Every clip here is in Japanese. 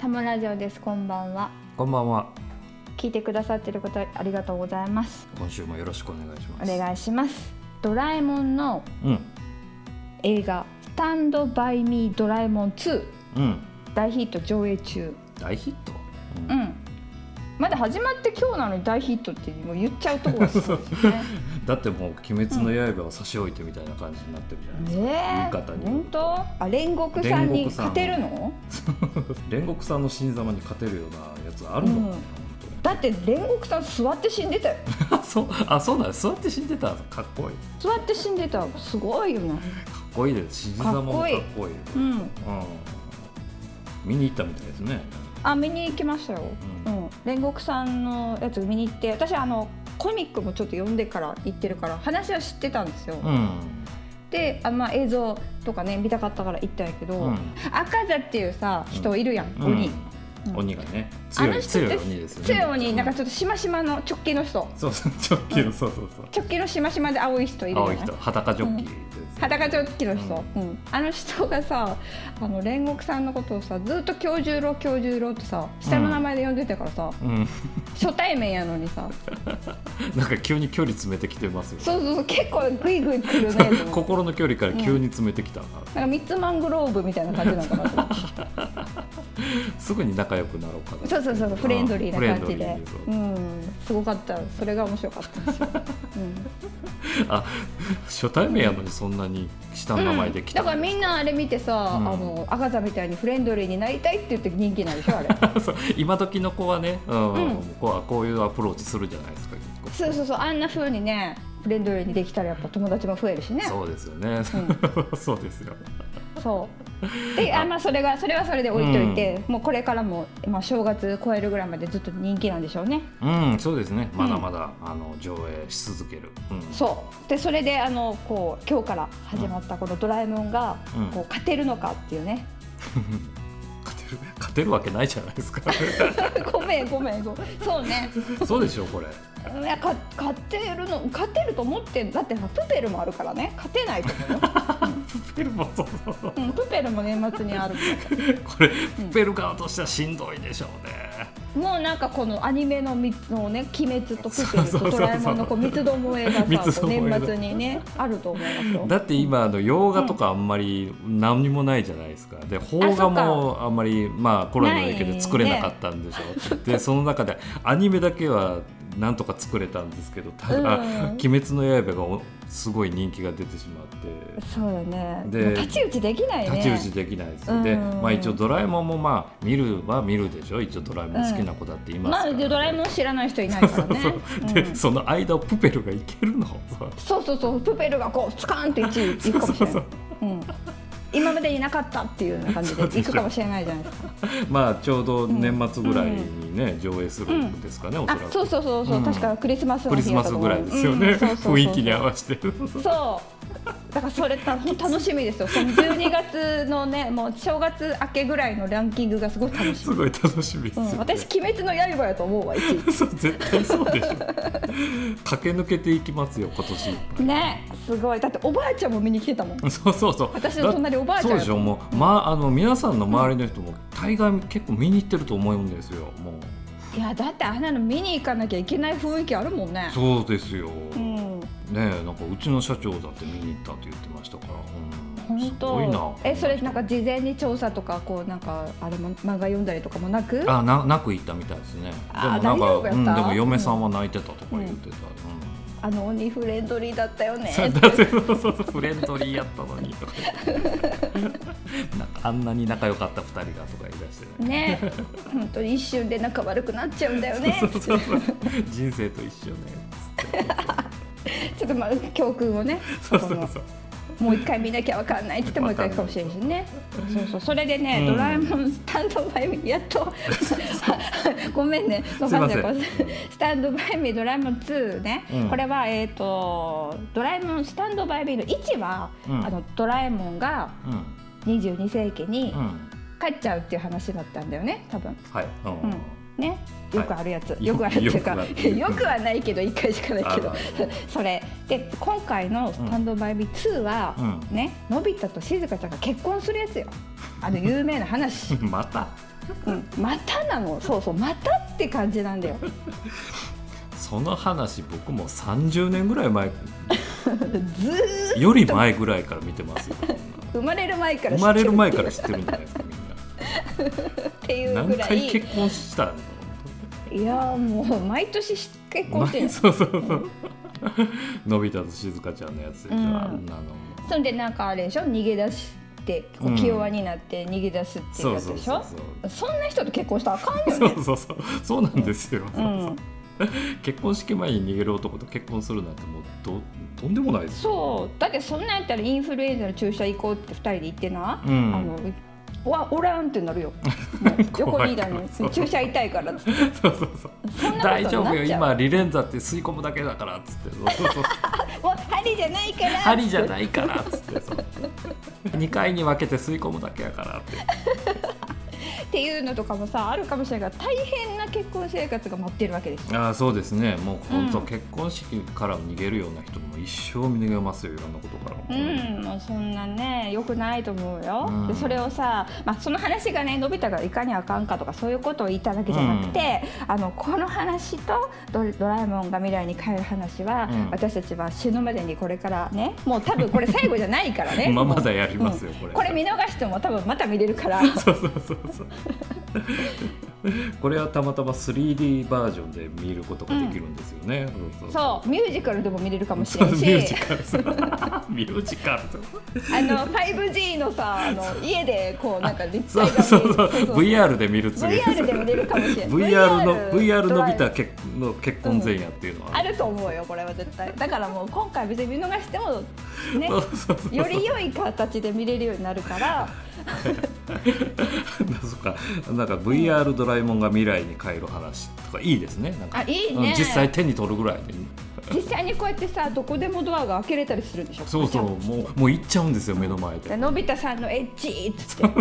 タムラジオですこんばんはこんばんは。聞いてくださっている方ありがとうございます今週もよろしくお願いしまおす。願いしますドラえもんのうん。映画スタンドバイミードラえもん2うん。大ヒット上映中大ヒット。ううんんまだ始まって今日なのに大ヒットってもう言っちゃうところですよ ねだってもう鬼滅の刃を差し置いてみたいな感じになってるじゃないですか。ねえ味方に本当あ煉獄さん煉に獄さん勝てるの煉獄さんの新様に勝てるようなやつあるのかな。うん本だって煉獄さん座って死んでたよ当にそう あそうだ座って死んでたかっこいい座って死んでたすごいよなかっこいいです死に様もかっこいいかっうんうん、見に行ったみたいですねあ見に行きましたよ、ううん煉獄さんのやつ見に行って私あのコミックもちょっと読んでから行ってるから話は知ってたんですよ、うん、であ、まあ、映像とかね見たかったから行ったんやけど、うん赤座っていうさ人いるやん、うん鬼、うん鬼がねあ強のい人っ強いて鬼ですよね強い鬼なんかちょっとしましまの直系の人そうそう直球のそうそうそう直系のしましまで青い人いるやん青い人裸ジョッキーですよね裸ジョッキの人、うんあの人がさあの煉獄さんのことをさずっと京十郎京十郎ってさ下の名前で呼んでたからさ、うん初対面やのにさなんか急に距離詰めてきてますよねそうそうそう結構グイグイ来るねと思って心の距離から急に詰めてきたな、なんかミッツマングローブみたいな感じなのかなと思 ってすぐに仲良くなろうかなそうそうそうそうフレンドリーな感じでフレンドリーそううんすごかったそれが面白かったですよ、あ初対面やのにそんなに下うん の名前で来た、だからみんなあれ見てさ、うんあの赤座みたいにフレンドリーになりたいって言って人気なんでしょ あれそう今時の子はね、うんうんこうはこういうアプローチするじゃないですか結構そうそうそうあんな風にねフレンドリーにできたらやっぱ友達も増えるしねそうですよね、 そうですよそうであまあそれがそれはそれで置いといて、もうこれからも、まあ、正月超えるぐらいまでずっと人気なんでしょうねうんそうですねまだまだ、あの上映し続ける、うんそうでそれであのこう今日から始まったこの「ドラえもん」がうんこう勝てるのかっていうね、 勝てる勝てるわけないじゃな いですかごめんごめんごめんそうねそうでしょこ れいやか勝てるの勝てると思ってだってさプペルもあるからね勝て ないと思うよ、ペルもそうそうそううん、プペルも年末にあるか これプペル側としてはしんどいでしょうね、らもうなんかこのアニメのみのね「鬼滅」と「プペそうル」そうそと「うドラえもん」のこう三つどもえが三さつこうどもえだ年末にねあると思いますよだって今あの洋画とかあんまり何にもないじゃないですかで邦画もあんまりまあコロナの影響で作れなかったんでしょ、でその中でアニメだけはなんとか作れたんですけどただうん「鬼滅の刃」がおすごい人気が出てしまって。そうだねでもう太刀打ちできないね太刀打ちできないですよ、で、うんまあ、一応ドラえもんもまあ見るは見るでしょ一応ドラえもん好きな子だっていますまかあら、ドラえもん知らない人いないからね そうそうで、うんその間をプペルがいけるのそうそうそうそうプペルがこうスカーンと1位いくかもしれないうん今までになかったっていうような感じでそうでしょいくかもしれないじゃない ですかまあちょうど年末ぐらいにね、上映するんですかね、おそあらくそうそうそうそう、うん確かクリスマスのクリス日だマとス思うぐらいですよね、うんそうそうそう 雰囲気に合わせてそうだからそれたほん楽しみですよその12月のねもう正月明けぐらいのランキングがすごい 楽しすみ、ごい楽しみですうよ、ねん、私鬼滅の刃やと思うわ1そう絶対そう でしょ駆け抜けていきますよ今年いっ位ねすごいだっておばあちゃんも見に来てたもんぱいそうそうそう私の隣おばあちゃんそうやでしょもう、まあ、あの皆さんの周りの人も大概結構見に行ってると思うんですよもういやだってあんなの見に行かなきゃいけない雰囲気あるもんねそうですよ、うねんえなんかうちの社長だって見に行ったって言ってましたから、う本ん、すごいな当えそれなんか事前に調査とかこうなんかあれも漫画読んだりとかもなくあななく行ったみたいですねであもなん大丈か、夫やうったん、でも嫁さんは泣いてたとか言ってた、うんあの鬼フレンドリーだったよねそうだってそうそうそうフレンドリーやったのにとか 言ってなんかあんなに仲良かった2人がとか言い出してね ね本当に一瞬で仲悪くなっちゃうんだよねそうそうそう人生と一緒ねつってちょっとまあ教訓をねそうそうそうもう一回見なきゃわかんないって言ってもう一回かもしれないしねそうそうそれでね、うんドラえもんスタンドバイミーやっと ごめんねわかすいませんないスタンドバイミードラえもん2ね、うんこれはえっ、とドラえもんスタンドバイミーの1は、うんあのドラえもんがうん22世紀にうん帰っちゃうっていう話だったんだよね多分はい、うんうんねよくあるやつ、いよくあるっていうかよくあ るよくはないけど1回しかないけどある それで今回の「スタンドバイビー2は」うんねのび太としずかちゃんが結婚するやつよあの有名な 話、またうん、またなのそうそうまたって感じなんだよ その話僕も30年ぐらい前ずーより前ぐらいから見てますよ生まれる前から知生っまてれるる前から知ってるんじゃないですかっていみんなうぐ何ら回い結婚したのいやーもう毎年し結婚してる そうそうそうのび太と静香ちゃんのやつでしょ、うんあんなのそんでなんかあれでしょ逃げ出してこううん気弱になって逃げ出すっていうそうやつそうでしそょうそそんな人と結婚したらあかんようそうそうそうそうなんですよ、うん結婚式前に逃げる男と結婚するなんてもうどとんでもないですよそうだってそんなんやったらインフルエンザの注射行こうって2人で言ってな、うんあのわおらんってなる よもう横にいたの怖い にそう注射痛いからっつってそうそうそうそんなことになっちゃう大丈夫よ今リレンザって吸い込むだけだからっつってそうそうそうもう針じゃないから針じゃいないからっつってそう2回に分けて吸い込むだけやからってっていうのとかもさあるかもしれないから大変な結婚生活が待ってるわけですよああそうですねもう本当、うん結婚式から逃げるような人も一生逃げますよいろんなことから、うん、もうそんなね良くないと思うよ、うんでそれをさ、まあ、その話がねのび太がいかにあかんかとかそういうことを言っただけじゃなくて、あのこの話とドドラえもんが未来に変える話は、うん私たちは死ぬまでにこれからねもう多分これ最後じゃないからね まあもうまだやりますよ、これこれ見逃しても多分また見れるから そうそうそうそう これはたまたま 3D バージョンで見ることができるんですよね、そうそうそうミュージカルでも見れるかもしそれうんミしュージカルそうミュージカルとあの 5G のさあの家でこうなんか立そう体がそうそう見える VR で見る次 VR でも出るかもしれない VR のド VR のラびイブた結の結婚前夜っていうのは、あると思うよこれは絶対だからもう今回別に見逃しても ねそうそうそうより良い形で見れるようになるから そうかなんか VR ドラえもんが未来に変える話とかいいですねなんかあいいうんね実際手に取るぐらいで実際にこうやってさどこでもドアが開けれたりするでしょそうそうもうもう行っちゃうんですよ目の前ででのび太さんのエッジっつってこお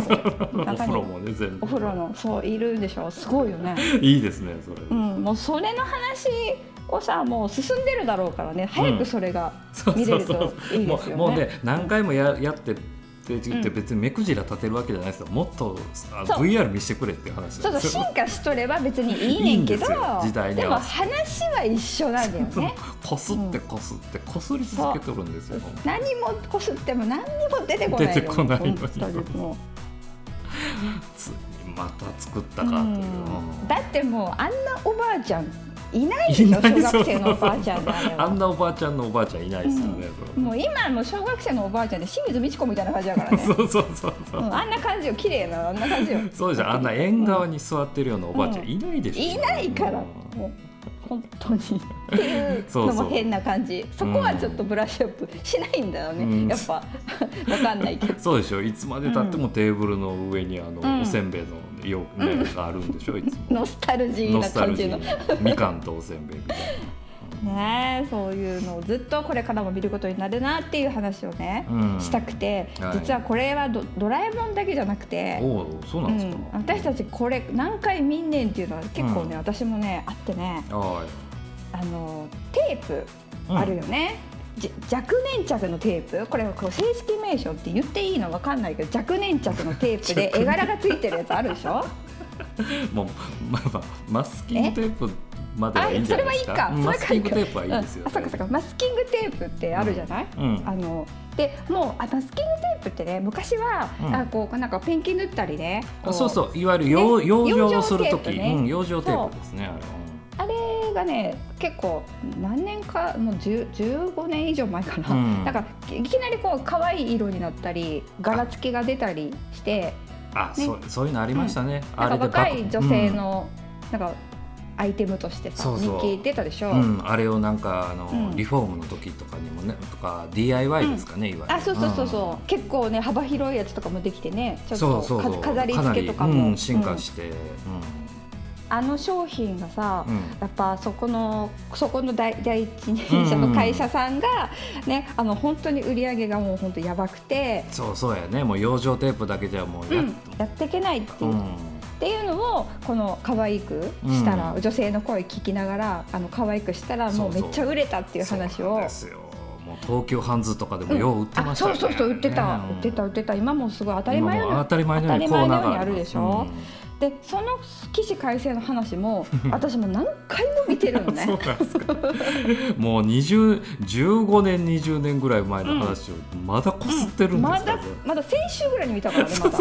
う中風に呂もね全部お風呂のそういるんでしょすごいよねいいですねそれ、うんもうそれの話をさもう進んでるだろうからね早くそれがそう見それうるそとういいでもすうよもうねね何回もややってって言ってうん別に目くじら立てるわけじゃないですよもっとあそう VR 見せてくれっていう話そうなんそうですよ進化しとれば別にいいねんけどいいんですよ時代にで合もわせ話は一緒なんだよね こすってこすってこすり続けとるんですよ何もこすっても何にも出てこないよ出てこないのに本当にもついにまた作ったうかという、うんだってもうあんなおばあちゃんいないでしょいない小学生のおばあちゃんがあれ あんはなおばあちゃんのおばあちゃんいないですよね、もう今もう小学生のおばあちゃんで清水美智子みたいな感じだからねそうそうそうそううん、あんな感じよ綺麗なあんな感じよそうじゃんあんな縁側に座ってるようなおばあちゃんいないでしょ、いないからうんもう本当にっていうそうのそうも変な感じそこはちょっとブラッシュアップしないんだよね、うんやっぱわかんないけどそうでしょいつまでたってもテーブルの上にあの、うんおせんべいの容器ねがあるんでしょいつも、ノスタルジーノなスタ感ルジじのーなみかんとおせんべいみたいねえそういうのをずっとこれからも見ることになるなっていう話をね、うんしたくて、はい実はこれはドドラえもんだけじゃなくてな、おおそうなうんですん、か、私たちこれ何回見んねんっていうのは結構ね、うん私もねあってねはあのテープうんあるよね。じ若年着のテープこれこう正式名称って言っていいのわかんないけど若年着のテー プで絵柄がついてるやつあるでしょいもうまあまあマスキングテープまではいいんじゃないですかあそれマはいいかスキングテープはいいですよ、うんあそうかそうかマスキングテープってあるじゃない、うんうんあのでもうあマスキングテープってね昔は、うんあこうなんかペンキ塗ったりねこあそうそういわゆる養ね養生をする養生とテーき、プねうん、養生テープですねああれれがね結構何年かもう10 15年以上前かな、うんだからいきなりこう可愛い色になったり柄付きが出たりしてあ、ねそうそういうのありましたね、なあんかれで若い女性うんの、なんかアイテムとしてさそうそう人気出たでしょ、うん、あれをなんかあの、うんリフォームの時とかにもねとか DIY ですかね、いわゆるあそうそうそうそう、結構ね幅広いやつとかもできてねちうょんっそとうそうそうか飾り付けとかなりも、うん、進化うんして、うあの商品がさ、んうんやっぱそこのそこの第第一人者の会社さんが、ねあの本当に売り上げがもう本当やばくて、そうそうやねもう養生テープだけじゃもううやっん、やっていけないってういう,、んっていうのをこの可愛くしたら、う女性の声聞きながらあの可愛くしたらもうめそうそうっちゃ売れたっていう話そうなんをですよもう東急ハンズとかでもよう売ってまあしたそようねそうそう売ってた、うん売ってた売ってた今もうすごい当たり今前のようもに当たり前のようにコーナーが当たり前のようにあるでしょでその起死回生の話も私も何回も見てるのうん そうね。なんですかもう20 15年20年ぐらい前の話をまだこすってるんでますか、だねまだ先週ぐらいに見たからねまだ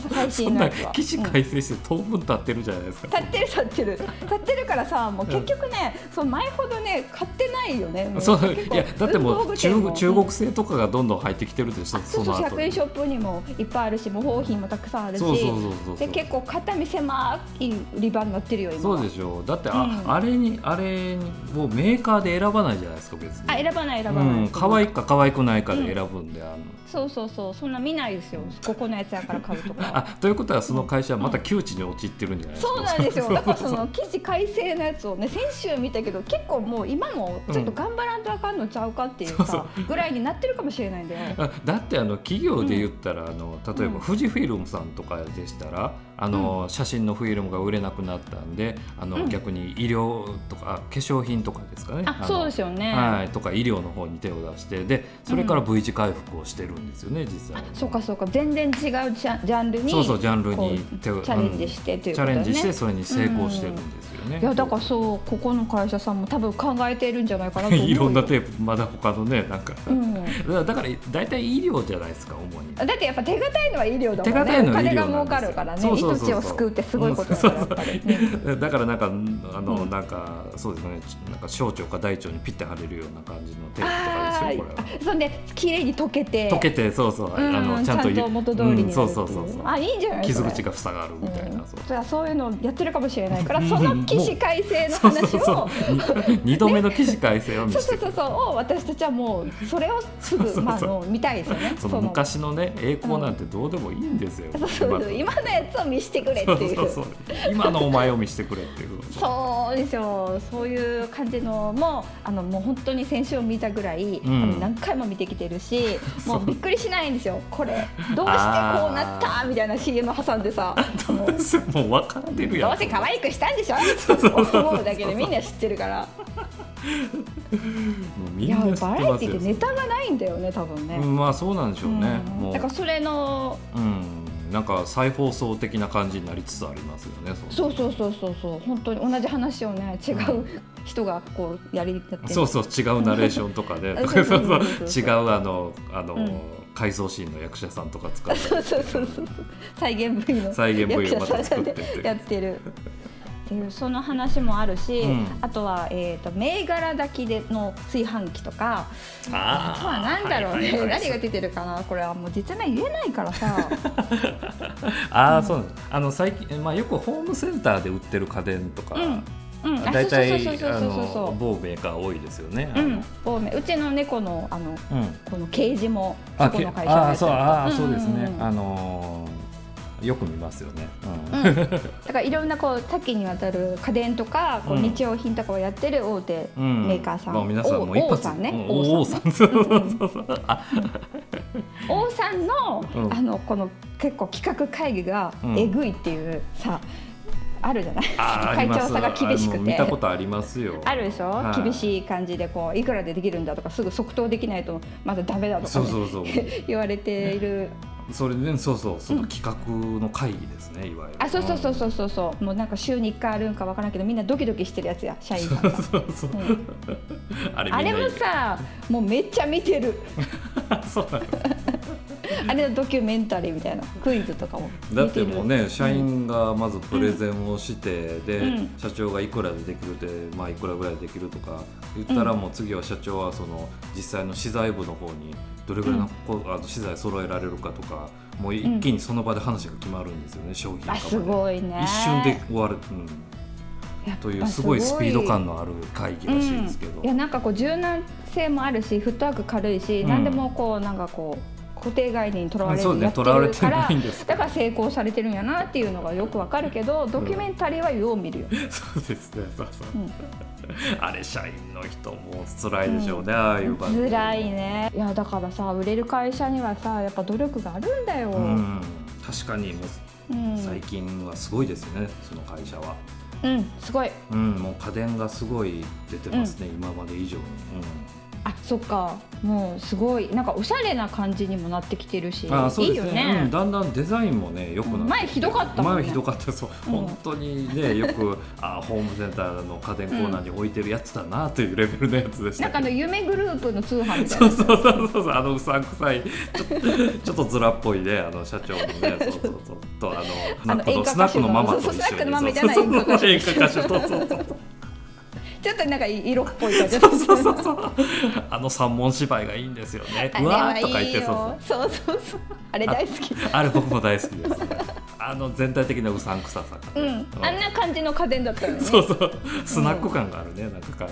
最 そ新んのなやつは。記事うん改正して当分経ってるじゃないですか、立ってる立って る立ってるからさもう結局ね、そう前ほどね買ってないよねも そう結構いやだって文もう房具中店国中国製とかがどんどん入ってきてるでしょあそそうそうの後100円ショップにもいっぱいあるし模倣品もたくさんあるしそうそうそうそうで結構肩身狭い売り場になってるよ今そはうでしょうだってあ,、うんあれにあれにもうメーカーで選ばないじゃないですか別にあ選ばない選ばない、うん可愛いか可愛くないかで選ぶんで、あのそうそうそうそんな見ないですよここのやつやから買うとか あということはその会社はまた窮地に陥ってるんじゃないですか、そうなんですよだからその記事改正のやつをね先週見たけど結構もう今もちょっと頑張らんとあかんのちゃうかっていうさ、ぐらいになってるかもしれないんだよ。あだってあの企業で言ったら、あの例えば富士フィルムさんとかでしたらあの、写真のフィルムが売れなくなったんであの、うん逆に医療とかあ化粧品とかですかねあのそうですよね、はい、とか医療の方に手を出してでそれから V 字回復をしてるんですよね、実際そうかそうか全然違うジャンジャンルにそうそうジャンルこにうチ手をャレンジしてといううんこチャとだレよンジしてね。それに成功してるんですよね。いやだからそうここの会社さんも多分考えてるんじゃないかなと思うよ いろんなテープまだ他のねなんか、うん、だから大体医療じゃないですか主に。だってやっぱ手堅いのは医療だもんね手堅いのは医療なんですお金よが儲かるからねそうそうそうそう命を救うってすごいことだからやっぱり、ね、だからなんか あの、うんなんかそうですねなんか小腸か大腸にピッて貼れるような感じのテープとあかでーすよこれは。あそんで綺麗に溶けて溶けてそうそう、うんあのちゃんゆと元通りになるっていううんそうそうそうそうあいいんじゃない傷口がが塞がるみたいな、そうじゃあそういうのやってるかもしれないからうんその起死回生のそうそう話そうを 二度目の起死回生を見そうせそうてそくれうそうを私たちはもうそれをす そうそうそぐうまああの見たいですよね。その昔のね栄光なんてどうでもいいんですよ、そうそうそう今のやつを見せてくれっていう。そうそうそう今のお前を見せてくれっていうそうですよそういう感じのもあのもう本当に先週見たぐらい、んあの何回も見てきてるしもそううびっくりしないんですよこれどうしてこうなったみたいな CM 挟んでさもう もう分かってるやんどうせ可愛くしたんでしょ思うだけでみんな知ってるからもうみいんやなバ知ってラエますティよってネタがないんだよね多分ね。うんまあそうなんでしょうね、うんもうだからそれのうんなんか再放送的な感じになりつつありますよねうそうそうそうそうそう本当に同じ話をね違う人がこうやりやってそうそう違うナレーションとかであそ そううそそううそうそう違うあのあの、うん回想シーンの役者さんとか使ってそうそうそうそう再現部位の再現部位をまた役者さん作ってってでやってるっていうその話もあるし、うんあとは、えー、と銘柄炊きでの炊飯器とかあとは あ何だろうね、はいはいはい何が出てるかなこれはもう実名言えない からさああそうなんですあの最近、まあ、よくホームセンターで売ってる家電とか、うんうんあ大体そうそうそあうそうそうの某メーカー多いですよね。そううん青梅うちの猫のあのあのうんこのケージもあそこけの会社のあーやつそうあーそうですうんうんねう。んあのーよく見ますよね。うんうんだからいろんなこう多岐にわたる家電とかこううん日用品とかをやってる大手うんメーカーさん、まあ、皆さんもう一王発さんねうん王王ささんんそうそううん うんそうそうあ王さんの,、うんあのこの結構企画会議がうんえぐいっていうさ、あるじゃないあー会長さんが厳しありますあくの見てたことありますよ。あるでしょ、はい厳しい感じでこういくらでできるんだとかすぐ即答できないとまだダメだとかそね、うそうそう。 言われているそれでそうそうその企画の会議ですね、いわゆる。あそうそうそうそうそうそうもうなんか週に1回あるんかわからんけどみんなドキドキしてるやつや社員さんが。 そうそう。うんあれあれもさもうめっちゃ見て るさ そうなんです。あれのドキュメンタリーみたいなクイズとかもだ見っててるもうね社員がまずプレゼンをして、で、うん社長がいくらでできるって、まあ、いくらぐらいできるとか言ったらうんもう次は社長はその実際の資材部の方にどれぐらいの,、こあの資材揃えられるかとかもう一気にその場で話が決まるんですよね、商品化あまですごいね一瞬で終わる、うん、やっぱというすごいスピード感のある会議らしいですけど、うんいやなんかこう柔軟性もあるしフットワーク軽いし、うん何でもこうなんかこう固定概念にとらわれずそうねやってとらわれるてかならいん ですだから成功されてるんやなっていうのがよくわかるけどドキュメンタリーはよう見るよ、そうですねそうそううんあれ社員の人も辛いでしょうね、ああいう場合辛いねいやだからさ売れる会社にはさやっぱ努力があるんだよ、うん、確かにもううん最近はすごいですよね、その会社は、うん、すごいうん、もう家電がすごい出てますね、今まで以上に、あそっかもうすごいなんかおしゃれな感じにもなってきてるしあそういでいすよねね、うん、だんだんデザインもね良くなってきて、前ひどかったもんね前ひどかったそう、うん本当にねよく あホームセンターの家電コーナーに置いてるやつだなというレベルのやつでしなたんかあけど、の夢グループの通販みたいそなうそうそうそうそうあのうさんくさいちょっとちょっとずらっぽいねあの社長のねそうそうそうとあのあのなんかこ演歌歌手のスナックのママと一緒そうそにうスナックのママじゃそうない演そう歌歌手演歌歌手とそうそうちょっとなんか色っぽい感じそうそ うそうそうそうあの三文芝居がいいんですよねうわーとか言ってそうそうそうそうそうそうあれ大好きあれ僕も大好きです。あの全体的なうさんくささがうね、んあんな感じの家電だったよねそうそう、スナック感があるね、なんかか。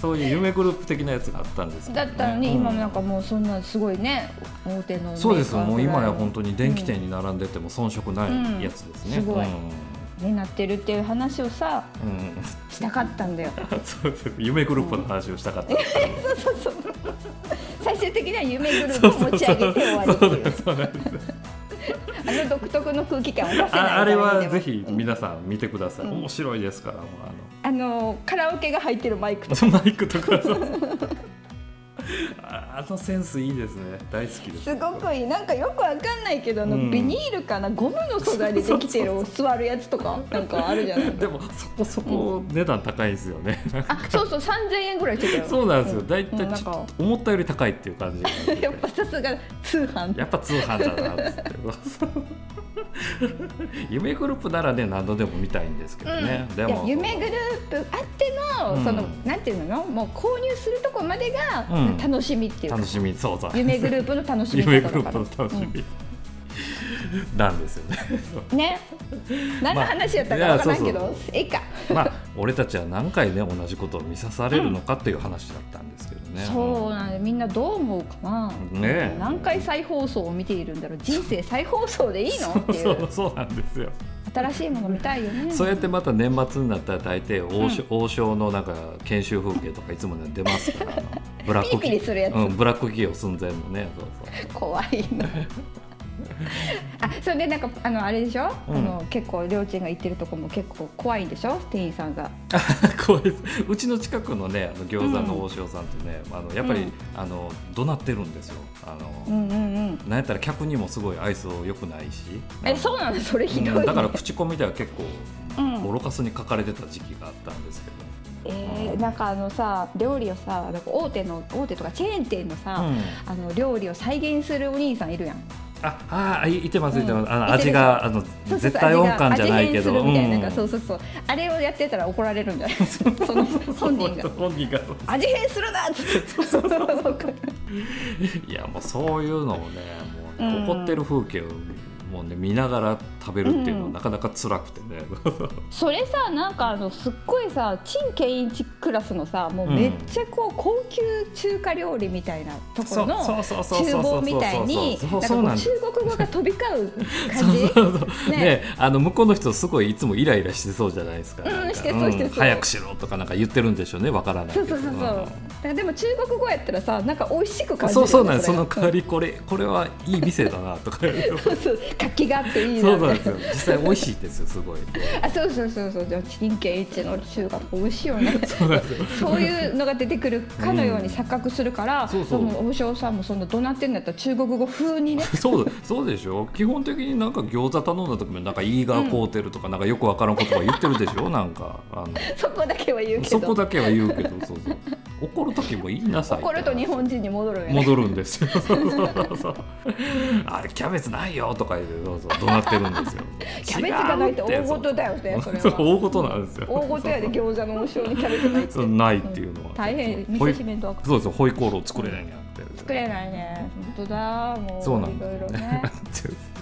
そういう夢グループ的なやつがあったんですけどだね、ったのに、うん今もなんかもうそんなすごいね大手のそうです。もう今や本当当に電気店に並んでても遜色ないやつですね。うんすごいうんになってるっていう話をさうん したかったんだよそうです夢グループの話をしたかった。そうそうそう最終的には夢グループ を持ち上げて終わりっていうそうなんですあの独特の空気感を出せないああれは誰にでもぜひ皆さん見てください。うん面白いですから、もうああの。のカラオケが入ってるマイクとマイクとかそうああのセンスいいですね大好きですすごくいいなんかよくわかんないけどあの、うんビニールかなゴムの素材でできてる座るやつとかなんかあるじゃ ないでもそこそこ値段高いですよね、あそうそう3000円ぐらいしてたよそうなんですよん大体、うんなんちかょっと思ったより高いっていう感じがあってやっぱさすが通販やっぱ通販だなっつって夢グループならね何度でも見たいんですけどね、うん、でもいや夢グループあっての、うんそのなんていうのもう購入するとこまでがうん楽しみっていうか、楽しみそうそう夢グループの楽しみ夢方グだルーかプらの楽しみ、なんですよねうんね何の話やったかわからんけど、まあいやそうええか、まあ俺たちは何回ね同じことを見さされるのかっていう話だったんですけどね。そうなんでみんなどう思うかな、ねえ何回再放送を見ているんだろう人生再放送でいいのっていそううそうなんですよ、新しいもの見たいよねそうやってまた年末になったら大抵王将,、王将のなんか研修風景とかいつも、ね、出ますから あのブラックピリピリするやつうん、ブラック企業寸前のねそうそう 怖いなあそれでなんかあのあれでしょ、うんあの結構りょうちんが行ってるとこも結構怖いんでしょ店員さんがあ怖いですうちの近くのねあの餃子の王将さんってね、あのやっぱり、うんあの怒鳴ってるんですよあの、うんうんうんなんやったら客にもすごい愛想良くないしえそうなのそれひどい、ねうんだから口コミでは結う構んボロカスに書かれてた時期があったんですけど、えーなんかあのさ料理をさなんか大手の大手とかチェーン店のさ、うんあの料理を再現するお兄さんいるやんああいいてますいてます、うんあのいてる味があのそうそうそう絶対音感じゃないけど味変するみたいな,、なんうかそうそうそうあれをやってたら怒られるんじゃないその本人が本人が味変するなっつっていやもうそういうのをねもうんう怒ってる風景をもうね見ながら食べるっていうのはうんなかなか辛くてね、それさなんかあのすっごいさ陳建一クラスのさもううんめっちゃこう高級中華料理みたいなとこそろうの そうそうそう厨房みたいにそうなそんうかそこううな中国語んですが飛び交う感 そうじそうそうねねあの向こうの人すごいいつもイライラしてそうじゃないですか,、うんなんかしてそうしてそう早くしろとかなんか言ってるんでしょうねわからないそうけどそうそうそう。だんからでも中国語やったらさ、なんか美味しく感じるそよね。うそうなんですそれのが代わりこれこれはいい店だなとかそうそう、活気があっていいそなうみなんたでいすな。よ実際美味しいですよすごいあ、そうそうそうそう。じゃあ陳建一の中華美味しいよね。そうなんですよそういうのが出てくるかのように錯覚するから、そうそうの王将さんもそんな怒鳴ってんだったら中国語風に ね。そうそうでしょ基本的になんか餃子頼んだ時もなんかいいがこうてるとかなんかよくわからん言葉言ってるでしょなんかあのそこだけは言うけど。そこだけは言うけどそうそう怒る時も言いなさいって怒ると日本人に戻るよね。戻るんですよそうそうそうあれキャベツないよとか言ってそうそう怒鳴ってるんですよキャベツがないって大事だよね。それそうは。大事なんですよ大事やで餃子の王将にキャベツないってそう。ないっていうのは、大変ほい見せしめんとわかるそうですよホイコーロー作れないんやって作れないね。本当だ。もうそうなんいでろいろ すよねね。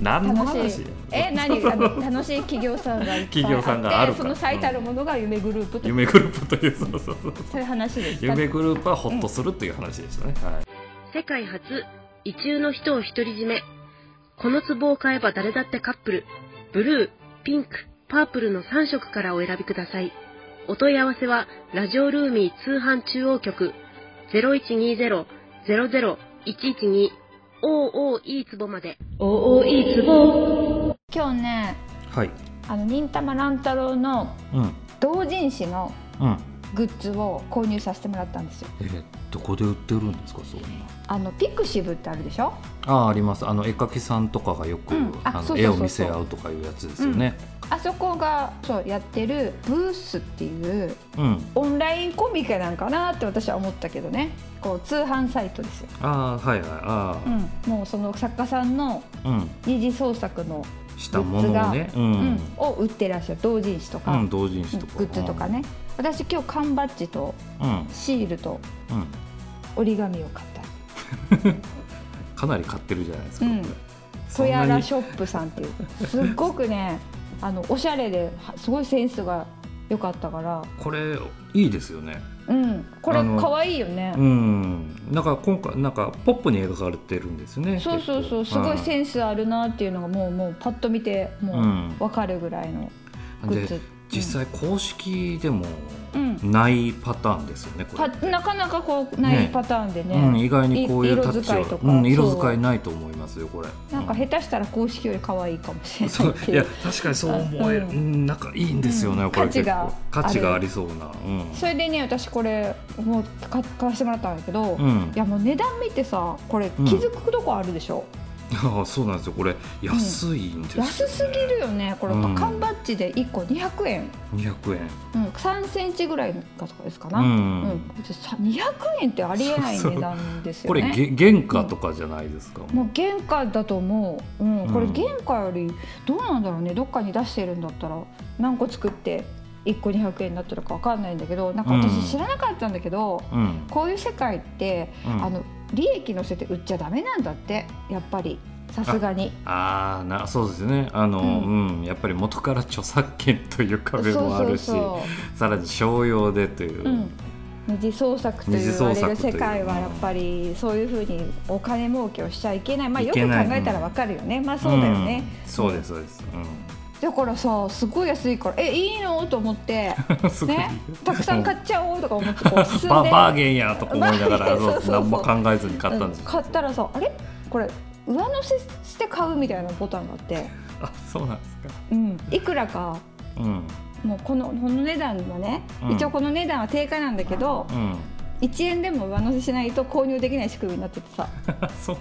何の楽話しいや。え、 何あの楽しい企業さんがいっぱいあって企業さんがあるからその最たるものが夢グループと、夢グループというそうそうそうそういう話でした。夢グループはホッとするっていう話でしたね、はい世界初、異中の人を独り占め。この壺を買えば誰だってカップル。ブルー、ピンク、パープルの3色からお選びください。お問い合わせは、ラジオルーミー通販中央局0120-00112 OOE 壺まで。OOE 壺今日ね、はいあの忍たま乱太郎のうん同人誌のうんグッズを購入させてもらったんですよえどこで売ってるんですかそんなあのピクシブってあるでしょああありますあの絵描きさんとかがよく、うんああそうそうそうそのう絵を見せ合うとかいうやつですよねあそこがそうやってるブースっていううん、オンラインコミケなんかなって私は思ったけどねこう通販サイトですよ、ああはいはいあうあん、もうその作家さんのうん、二次創作の、したものをねうん、ううんん、を売ってらっしゃる同人誌とか、うん同人誌とか、グッズとかね私今日缶バッジとうん、うんシールと折り紙を買ったかなり買ってるじゃないですか、うんこれそトんヤなラにショップさんっていうすっごく ねあのおしゃれですごいセンスが良かったから、これいいですよねうん、これあの可愛いよねう、んなんか今回なんかポップに描かれてるんですねそうそうそうす結構ごんいセンスあるなっていうのがもうもうパッと見てうもんう分かるぐらいのグッズ、で実際公際でもうん、ないパターンですよねこパれ、なかなかこうないねパターンでねうん、意外にこういうタッチ色使いとはかうん、色そ使ういないと思いますよこれなんか下手したら公式より可愛いかもしれなそいうっていいやう確かにそう思えうる、んうん、なんかいいんですよね、うんこれ結価値構がある価値がありそうなうんそれでね私これもう買買わせてもらったんだけど、ういん、やもう値段見てさこれ気うんづくとこあるでしょ、ああそうなんですよこれ安いんですよ、ね安すぎるよねこれ、うん缶バッジで1個200円、 200円うん、3センチぐらいのかとかですかな、ううんんさ200円ってありえない値段ですよこねれげ原価とかじゃないですか、もう原価だと思う、うん、これうん原価よりどうなんだろうねどっかに出してるんだったら何個作って1個200円になってるかわかんないんだけどなんかうん私知らなかったんだけど、うん、うんこういう世界って、あの利益乗せて売っちゃダメなんだってやっぱりさすがに。あーなそうですねあの、ううんやっぱり元から著作権というそう壁もあそうるしそうさらに商用でという、うん二次創作と二次言創われ作るという世界はやっぱりそういうふうにお金儲けをしちゃいけない、まあ、いよくけ考ないえたらわかるよね、まあそうだよね、うんそうですそうです、だからさすごい安いからえいいのと思って うん、 すごい、ねたくさん買っちゃおうとか思ってこう進んでババーゲンやとか思いながらバーゲン そうそうそう何も考えずに買ったんですうよん買ったらさあれこれ上乗せして買うみたいなボタンがあって、あそうなんですかうん、いくらかうんもうこのこの値段はね、うん一応この値段は定価なんだけどうん 1円でも上乗せしないと購入できない仕組みになっててさ、そう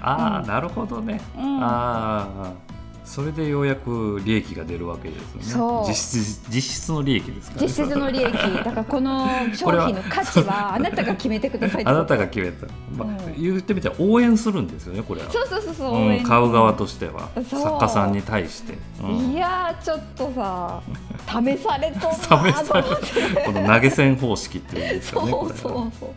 ああ、うんなるほどね、うん、ああそれでようやく利益が出るわけですよねそう実質実質の利益ですから、ね、実質の利益だからこの商品の価値はあなたが決めてくださいってあことなたが決めた、まあうん言ってみたら応援するんですよねこれはそうそうそうそう、う応ん援買う側としてはそう作家さんに対して、うんいやーちょっとさ試されとんなー試とさ思れっるてこの投げ銭方式っていうんですそよねこうれそはうそう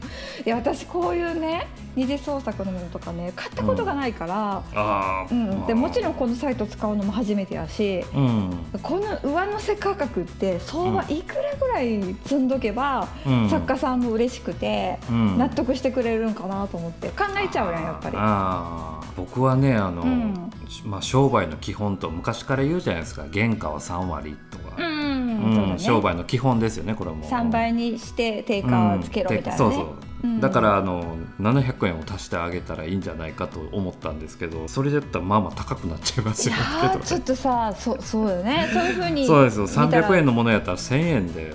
いや私こういうね二次創作のものとかね買ったことがないから、ああ、うんでもちろんここのサイト使うのも初めてやしうん、この上乗せ価格って相場いくらぐらい積んどけば、うん、作家さんも嬉しくて、うん納得してくれるんかなと思って考えちゃうやんやっぱり。あー僕はねあの、うんまあ、商売の基本と昔から言うじゃないですか原価は3割とか、うんうんそうだね商売の基本ですよねこれはもう3倍にして定価をつけろみたいなね、うんてそうそう、うんだからあの700円を足してあげたらいいんじゃないかと思ったんですけどそれだったらまあまあ高くなっちゃいますいよやねーちょっとさそそうだよねそういうふうに そうですよ見たら300円のものやったら1000円で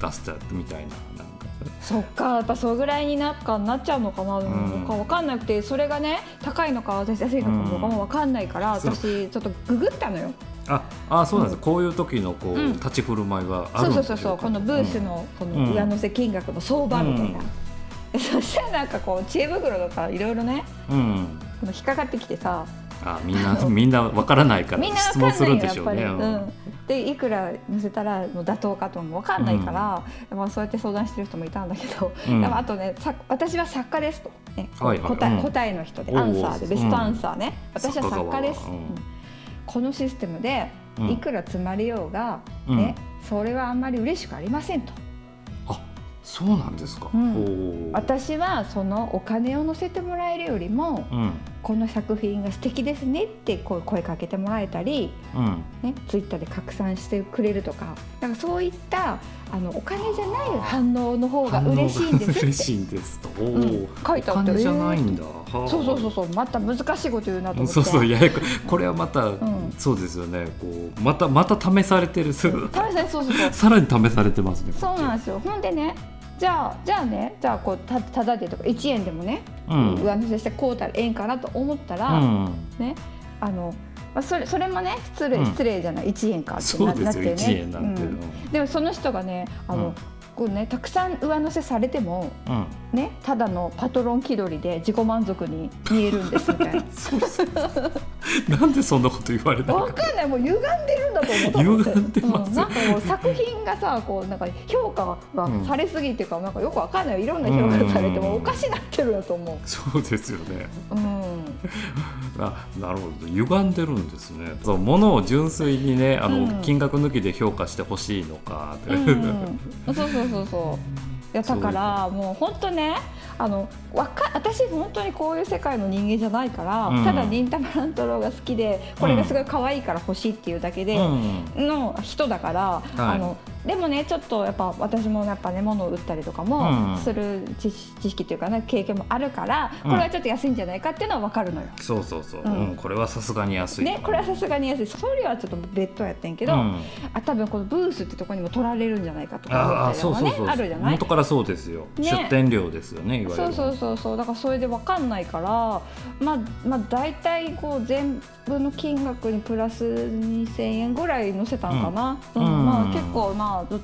出しちゃうみたいななんかそっかやっぱそれぐらいになっかなっちゃうのかな、んなんか分かんなくてそれがね高いのか私安いのかも分かんないから、うんそう私ちょっとググったのよああそうなんです、うこういう時のこう、うん立ち振る舞いはあそるうんそでうすそようそうこのブースのこの上乗せ金額の相場みたいな、そしたらなんかこう知恵袋とかいろいろねうん、うんこの引っかかってきてさあみんな あのみんなわからないからみんな質わか問んすなるんいよでやっしょぱうり、ね。うん、でいくら載せたらもう妥当かともわかんないから、まあ、そうやって相談してる人もいたんだけど、うんでもあとねさ私は作家ですと、ねはいはい答えうん答えの人でおうおアうンサーでベストアンサーね、私は作家作側は家です、うんうんこのシステムでうんいくら積まれようが、うんね、それはあんまり嬉しくありませんと。あそうなんですか。うんおー私はそのお金を乗せてもらえるよりもうんこの作品が素敵ですねってこう声かけてもらえたり、うんね、ツイッターで拡散してくれるとかなんかそういったあのお金じゃない反応の方が嬉しいんですって嬉しいんですと、おおうん書いてあってお金じゃないんだ、はあそうそうそうそうまた難しいこと言うなと思ってそうそうややここれはまた、んそうですよねこうまたまた試されてる さ田辺さんそう そうそうらに試されてますねそうなんんですよほんでねじゃあじゃあねじゃあこうたただでとか1円でもね、うん上乗せしてこうたらええんかなと思ったら、うんねあの、まあ、それそれもね失礼、うん失礼じゃない1円かってそなうですよ、なって一ね円なんてうの、でもその人がねあの、うんこうねたくさん上乗せされてもうんねただのパトロン気取りで自己満足に見えるんですみたい なそうそうそうなんでそんなこと言われたのわかかんないもう歪んでるんだと思ったの歪んでますうん、なんかもう作品がさこうなんか評価がされすぎていうか、なんかよくわかんないいろんな評価されてもうんおかしなってるだと思そうですよねう、うん、あなるほど歪んでるんですねそう物を純粋にねあの、うん金額抜きで評価してほしいのかって、 うん、そうそうそうそういやだからもう本当ねあのわか私本当にこういう世界の人間じゃないから、うんただ忍たま乱太郎が好きでこれがすごい可愛いから欲しいっていうだけで、うんの人だから、あのでもねちょっとやっぱ私もやっぱね物を売ったりとかうんもする知,、知識というかね経験もあるからこれはちょっと安いんじゃないかっていうのはわかるのよ。そうそうそう、ううんんこれはさすがに安いね、これはさすがに安いそれよりはちょっと別途やってんけけど、うん、あ多分このブースってとこにも取られるんじゃないかとあかあそ思うったそりとかうそうねあるじゃない元からそうですよ、ね出店料ですよねいわゆるそうそうそうそうだからそれで分かんないからまあまあ大体こう全部の金額にプラス2,000円ぐらい乗せたんかな、ううんんうんまあ、結構まあ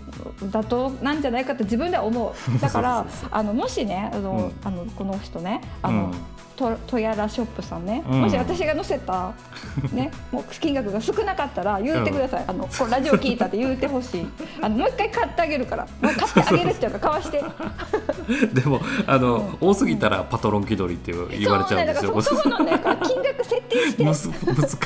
妥当なんじゃないかって自分では思うだ からそうそうあのもしねあの、うあのこの人ねあの、ととやらショップさんね、うんもし私が載せた、 ね、もう金額が少なかったら言ってください、あのこれラジオ聞いたって言ってほしいあのもう一回買ってあげるからもう買ってあげるっていうか買わしてうん、でもあの、多すぎたらパトロン気取りって言われちゃうんですよ、そうねだからそそこのねこう金額設定してむず難しい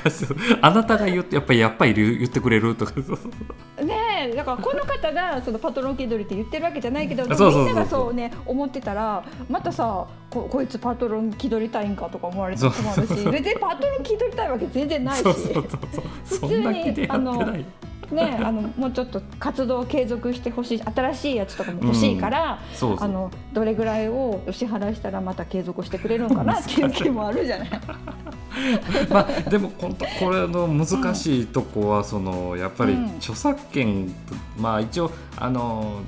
あなたが言ってやっぱりやっぱり言ってくれるとかそうそうねえだからこの方がそのパトロン気取りって言ってるわけじゃないけどそうそうそうそうみんながそうね思ってたらまたさここいつパトロン気取りたいんかとか思われてしまうしそうそうそう別にパトロン気取りたいわけ全然ないしそうそうそうそうそ普通んにな気でやってないねえあのもうちょっと活動を継続してほしい新しいやつとかも欲しいから、そうそあうのどれぐらいをお支払いしたらまた継続してくれるのかなっていう気もあるじゃない。 まあでも本当これの難しいとこはそのやっぱりうん著作権とまあ一応あの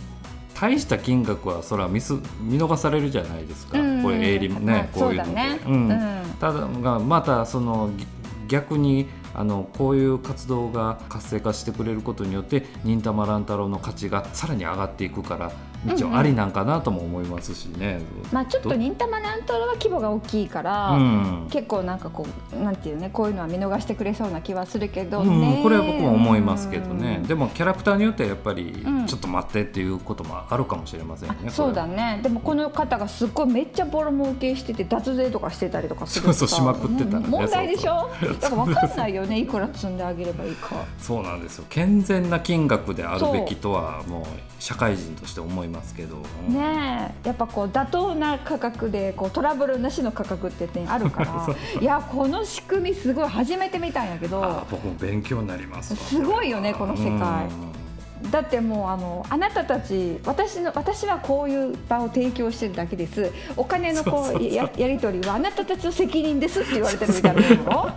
大した金額はそれは見す見逃されるじゃないですか、これ営利もまあね、こういうのそっうてだね。うんうんただがまたそのぎ逆にあのこういう活動が活性化してくれることによって忍たま乱太郎の価値がさらに上がっていくから一うん応うんありなんかなとも思いますしね。まあ、ちょっとど忍たま乱太郎は規模が大きいから、うん結構なんかこうなんていうねこういうのは見逃してくれそうな気はするけどうんね、これは僕も思いますけどね、うんでもキャラクターによってはやっぱりうんちょっと待ってっていうこともあるかもしれませんよね、これはそうだねでもこの方がすっごいめっちゃボロ儲けしてて脱税とかしてたりとかするからそうそうしまくってたらねうん問題でしょだから分かんないよねいくら積んであげればいいかそうなんですよ健全な金額であるべきとはもう社会人として思いますけど、うんねえやっぱこう妥当な価格でこうトラブルなしの価格って点あるから いやこの仕組みすごい初めて見たんやけあど僕も勉強になりますわすごいよねこの世界。うんだってもうあのあなたたち私の私はこういう場を提供してるだけですお金のこうそうそうそうややり取りはあなたたちの責任ですって言われてるみたいなの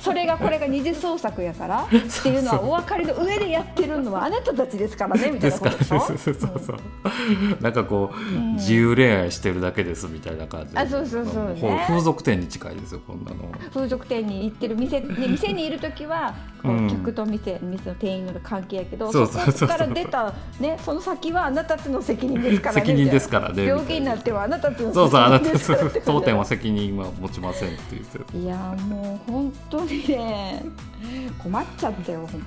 それがこれが二次創作やからっていうのはお別れの上でやってるのはあなたたちですからねみたいでなすこかとでらねしょそうそうそうそうなんかこう、ん自由恋愛してるだけですみたいな感じであそうそうそうねほ風俗店に近いですよこんなの風俗店に行ってる店ね店にいる時はこうんう客と店店の店員の関係やけどそうそそうそうそうこから出たねその先はあなたたちの責任ですからね責任ですからね病気になってはあなたたちのそうそうあな責任たですから って当店は責任は持ちませんって言ってるいやーもう本当にね困っちゃったよ本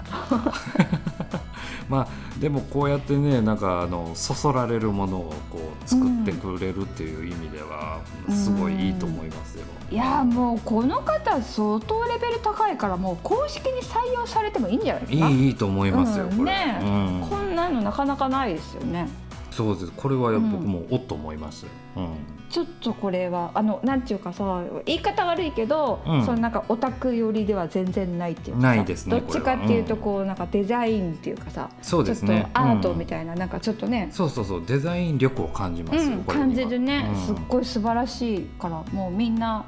まあでもこうやってねなんかあのそそられるものをこう作ってくれるっていう意味では、うんすごいいいと思いますよ、当いやーもうこの方相当レベル高いからもう公式に採用されてもいいんじゃないですかいいいいと思いますよ、うんこれ、ねえうんこんなのなかなかないですよねそうですこれは僕うんもおっと思いましたよ、うんちょっとこれはあのなんていうかさ言い方悪いけど、うんそのなんかオタク寄りでは全然ないっていうかさないですねどっちかっていうとここう、なんかデザインっていうかさそうですねちょっとアートみいたいな、なんかちょっとねな、そうそうそうデザイン力を感じまうすよ、ん、これには感じるね、うんすっごい素晴らしいからもうみんな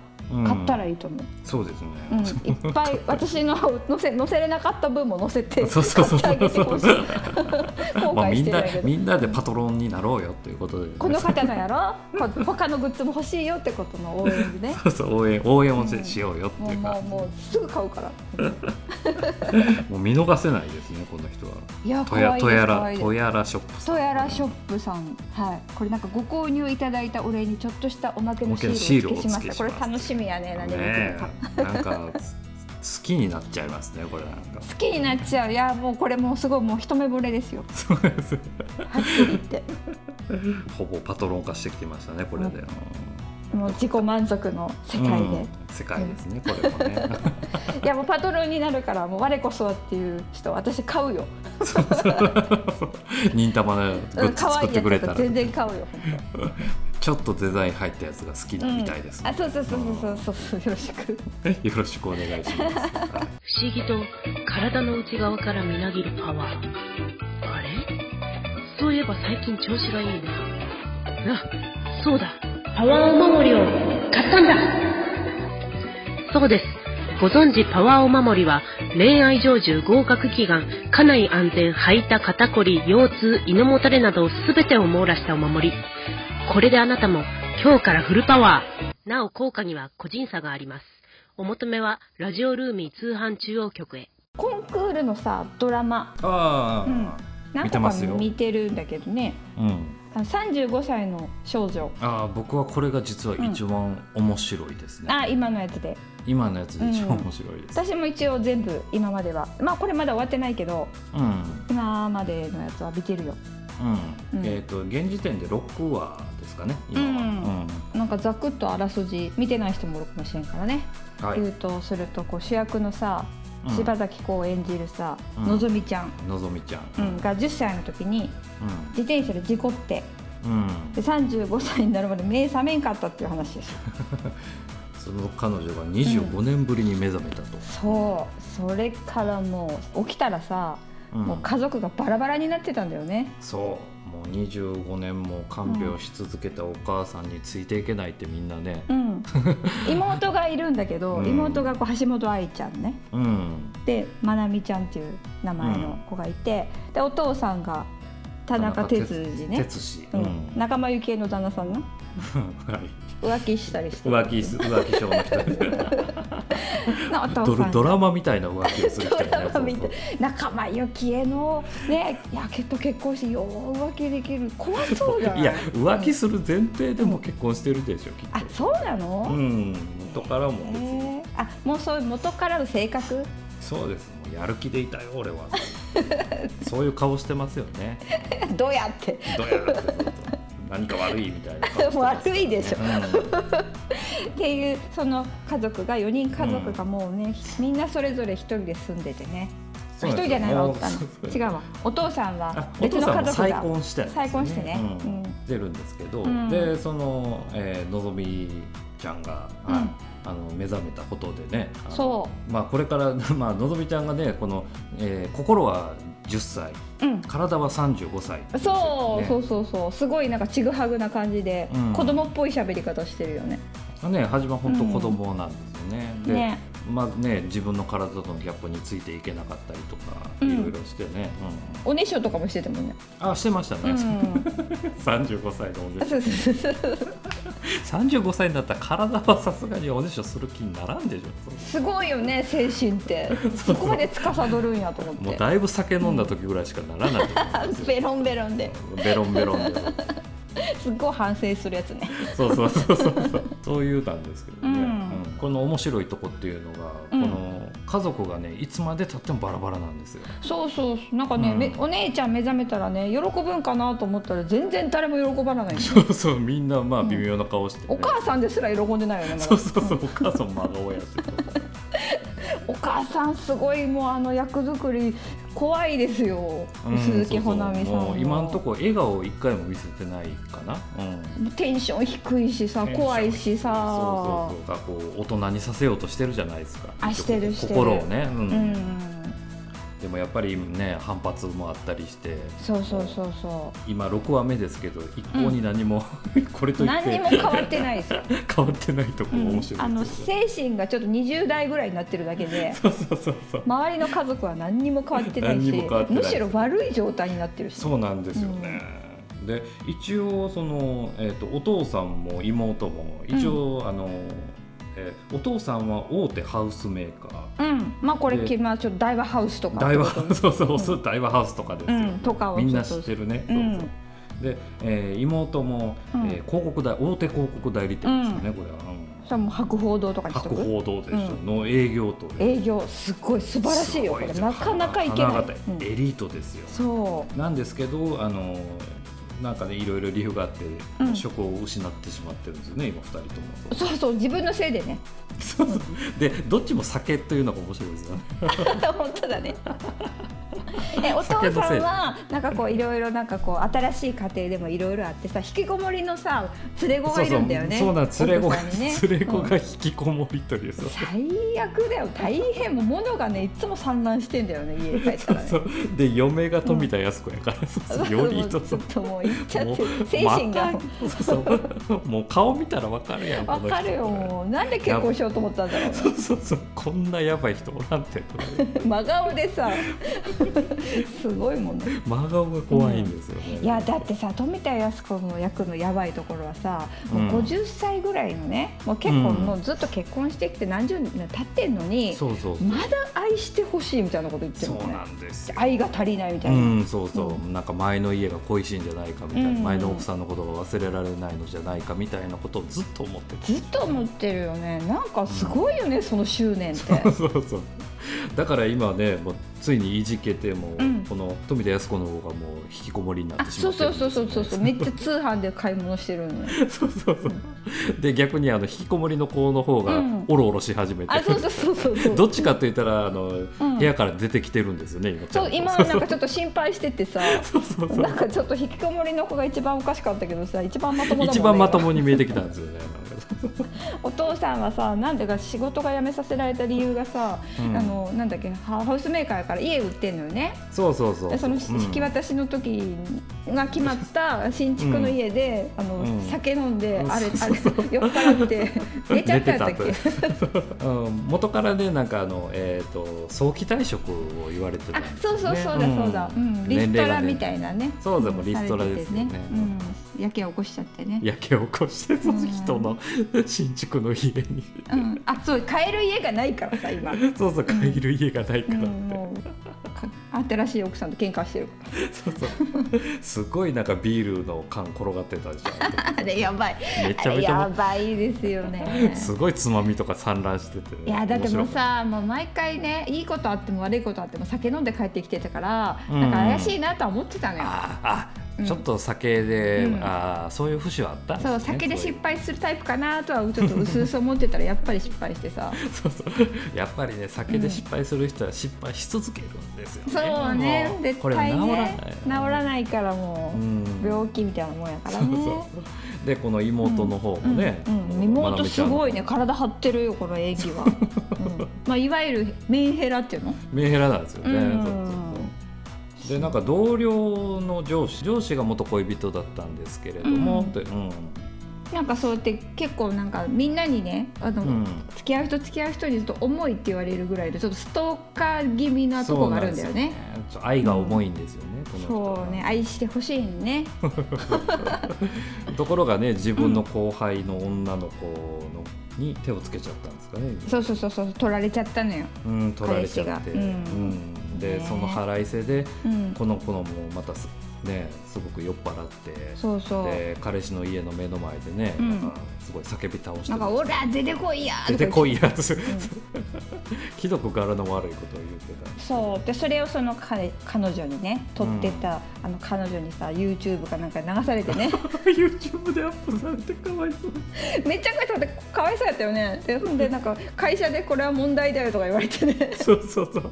買ったらいい、いいと思う、そうですね、うんいっぱい私の載せ載せれなかった分も載せてそうそうそう買ってあげてほしい後まあ、悔みしんてなないけど、みんなでパトロンになろうよということで、この方のやろ もう他のグッズも欲しいよってことの応援でねそうそう応援応援をししよう よってもういうか、もうもうすぐ買うからもう見逃せないですねこの人はいやと可や愛いとですや可愛らいとですやらショップさんとやらショップさん、はい、これなんかご購入いただいたお礼にちょっとしたおまけのシールをお付けしました。こおまけのシールをお付けしまれす楽しみやね、何でも来ねるか。えなんかつ好きになっちゃいますねこれなんか好きになっちゃう、いや、もうこれもうすごいもう一目惚れですよ。そうですはっきり言って、ほぼパトロン化してきましたねこれで、うもう自己満足の世界で。うん世界ですねこれもね いや、もうパトロンになるから、もう我こそはっていう人、私買うよ。忍たまのグうッん、ズ可作愛っいてやくつれとたから全然買うよ。本ちょっとデザイン入ったやつが好き当なみたいです、うんあ、そうそうそうそうそうそう、よろしく。よろしくお願い します、はい不思議と体の内側からみなぎるパワーあれそういえば最近調子がいいなあそうだパワーお守りを買ったんだそうですご存知パワーお守りは恋愛成就合格祈願家内安全吐いた肩こり腰痛胃のもたれなど全てを網羅したお守りこれであなたも今日からフルパワーなお効果には個人差がありますお求めはラジオルーミー通販中央局へコンクールのさ、ドラマ、あ何見て個まかすよ見てるんだけどね。あ、うん、あの35歳の少女ああ僕はこれが実は一番面白いですね、あ今のやつで今のやつで一番面白いです、私も一応全部今まではまあこれまだ終わってないけどうんうん今までのやつは見てるようんえっ、と現時点で6話ですかね今は、なんかざくっとあらすじ見てない人もおるかもしれんからね、うんはい、言うとするとこう主役のさうん柴咲コウを演じるさ、うんのぞみちゃん、のぞみちゃん、うん、が10歳の時に自転車で事故ってうんうんで35歳になるまで目覚めんかったっていう話ですその彼女が25年ぶりに目覚めたと、そうそれからもう起きたらさ、うんもう家族がバラバラになってたんだよねそうもう25年も看病し続けたお母さんについていけないってみんなねうん 妹がいるんだけど、うん妹がこう橋本愛ちゃんねうんでまなみちゃんっていう名前の子がいて、でお父さんが田中哲司ね、哲司、ううんん仲間由紀恵の旦那さんなはい浮気したりして浮気す浮気症の 人ですねのおド父さラんドラマみたいな浮気をする人ドラマみたいい仲間由紀恵のねやけと結婚してよう浮気できる怖そうじゃないいや浮気する前提でも結婚してるでしょきっあとそうなうの、ん元からも別にへえあもうそういう元からの性格 そうですもうやる気でいたよ俺はそういう顔してますよねどうやってどうやらってそうそう何か悪いみたいな顔してますからね悪いでしょうんっていうその家族が4人家族がもうね、みんなそれぞれ一人で住んでてねそ一うな人んですよじゃないわお父さんそうそう違うわお父さんはあお別の父さ家んも族再が婚して、ね、再婚してねううんん、してるんですけど、うんでその、えーのぞみちゃんが、うんはいあの目覚めたことでねあのそまあ、これから、 まあのぞみちゃんがねこの、えー心は10歳う、うん、体は35歳、そう、ねそうそうそうすごいなんかちぐはぐな感じで、うん子供っぽい喋り方してるよねまあねはじま本当子供なんですよね。でねまあね、自分の体とのギャップについていけなかったりとか、うんいろいろしてね、おねしょとかもしてたもんね、うんあしてましたうね、ん、 35歳のおねしそうそうそうそうょ35歳になったら体はさすがにおねしょする気にならんでしょすごいよね精神 ってそこまで司るんやと思 もっうてだいぶ酒飲んだ時ぐらいしかならないと思うんですよベロン ベロンでベロンベロンですっごい反省するやつねそうそうそうそうそうそういうなんですけうどね、んうんこの面白いとこっていうのが、うんこの家族がねいつまでたってもバラバラなんですよそうそうそうなんかね、うんめお姉ちゃん目覚めたらね喜ぶんかなと思ったら全然誰も喜ばないのそうそうみんなまあ微妙な顔して、ねお母さんですら喜んでないよねまだそうそうそうお母さん真顔やしお川さんすごいもうあの役作り怖いですよ、うん鈴木保奈美さそうそうんもはう今のところ笑顔一回も見せてないかな、うん、テンション低いしさテンション低い怖いしさそうそうそうがこう大人にさせようとしてるじゃないですかあしてるしてる心をね、うんうんでもやっぱりね反発もあったりしてそうそうそうそ今6話目ですけど一向に何も、 これとういって何にも変わってないですよ、変わってないとこうん面白い、あ の精神がちょっと20代ぐらいになってるだけでそうそうそうそう周りの家族は何にも変わってない何しにも変わってないむしろ悪い状態になってるしそうなんですよね、で一応その、えー、とお父さんも妹も一応、あの、えーお父さんは大手ハウスメーカーうんまあこれで君はちょっと大和ハウスとか大和ハウ スそうそうそう大和ハウスとかですよ、うんとかをみんなち知ょっとってるね、うんそうそうで、えー妹も、うんえー広告代大手広告代理店ですよね、これは、うんそれはもう博報堂とかにしと博く報堂でしょ、の営業と営業すっごい素晴らしいよこれなかなかいけない、うんエリートですよそなんですけどあのなんかねいろいろ理由があって、うん職を失ってしまってるんですよね今二人ともうそうそう自分のせいでねそうそうでどっちも酒というのが面白いですよね 本当 だねえお父さん酒のせいはなんかこういろいろなんかこう新しい家庭でもいろいろあってさ引きこもりのさ連れ子がいるんだよねそうそうそうなん連れ子が、奥さんにね連れ子うんが引きこもりというそう最悪だよ大変もう物がねいつも散乱してんだよね家に帰ったそうらね そうで嫁が富田靖子やから、そうそうよりちそょうそうっと もう言っちゃってもう精神がもそうそうもう顔見たらわかるやんうわかるよもうなんで結婚しようと思ったんだろうそうそうそうこんなやばい人おらんって真顔で さすごいもんね真顔が怖いんですよね、いやだってさ富田靖子の役のやばいところはさうんもう50歳ぐらいのねもう結婚、うんもうずっと結婚してきて何十年経ってんのにそうそうそうまだ愛してほしいみたいなこと言ってるそもうんねなんですよ愛が足りないみたういな、ん、そうそう、なんか前の家が恋しいんじゃないかみたいな、うん前の奥さんのことが忘れられないのじゃないかみたいなことをずっと思ってずっと思ってるよねなんかすごいよね、その執念ってた そうそうだから今ねもうついにいじけてもう、うんこの富田靖子の方がもう引きこもりになっあてしそまうってそるんうでそうそうそすようそうめっちゃ通販で買い物してるのよ そうそうそうで逆にあの引きこもりの子の方がうんおろおろし始めて、あそうそうそうそうそうどっちかと言ったらあの、ん部屋から出てきてるんですよね今ちゃんそうと今なんかちょっと心配しててさ そうそうそうなんかちょっと引きこもりの子が一番おかしかったけどさ一番まともだもんね一番まと今もに見えてきたんですよねなんかお父さんはさなんでか仕事が辞めさせられた理由がさ、うんあのなんだっけハハウスメーカーやから家売ってんのよねそうそうそうでそのうん引き渡しの時が決ま った新築の家で、あのうん酒飲んで、うんあれそあうれ酔っ払 って 寝ちゃったやったっ寝けて たとうん元からねなんかあの、えー、と早期退職を言われてたあんですよそうそうねそうだそうだ、うんリストラみたいなねそうだもうんリストラですよねされててねうん、やけを起こしちゃってね焼け起こしてそのうん人の新築の家に うん、あそう買える家がないからさ今、うそうそう買える家がないからって、ん、もうか新しい奥さんと喧嘩してる そうそうすごいなんかビールの缶転がってたじゃんあれやばいめちゃめちやゃばい ですよね。すごいつまみとか散乱してていやだってもう面白かっさもう毎回ねいいことあっても悪いことあっても酒飲んで帰ってきてたから、うんなんか怪しいなとは思ってたのたよ。ああ、うんちょっと酒で、うんああそういう節はあったんすね、そう酒でそういう失敗するタイプかなとはちょっと薄々思ってたらやっぱり失敗して さそうそうやっぱりね酒で失敗する人は失敗し続けるんですよね。そうねもう絶これは対治ねらない治らないからもう、うん病気みたいなもんやからそうね。そうでこの妹の方もね、うんうん、まな妹みちすゃんのごいね体張ってるよこの演技は、うんまあ、いわゆるメンヘラっていうのメンヘラなんですよね。うんそうそうそうでなんか同僚の上司上司が元恋人だったんですけれども、うんとうんなんかそうやって結構なんかみんなにねあの、うん付き合う人付き合う人にずっと重いって言われるぐらいでちょっとストーカー気味なとそこうがあなんるでんすだよよね。ねちょっと愛が重いんですよね、この人はそうね愛してほしいね。ところがね自分の後輩の女の子のに手をつけちゃったんですかね、そうそうそうそう取られちゃったのよ。うん、取られちゃっ彼て、氏がうんうんで、ねその腹いせでうん、この子のもまたすねすごく酔っ払ってそうそう。で彼氏の家の目の前でね、うんなんかすごい叫び倒してなんかオラ出てこいや。出てこい や。やつ、ひどく柄の悪いことを言ってたんですそうでそれをその彼彼女にね撮ってた、あの彼女にさ YouTube かなんかに流されてね YouTube でアップされてかわいそうめっちゃ書いてかわいそうやったよねでほんでなんか会社でこれは問題だよとか言われてねそうそうそう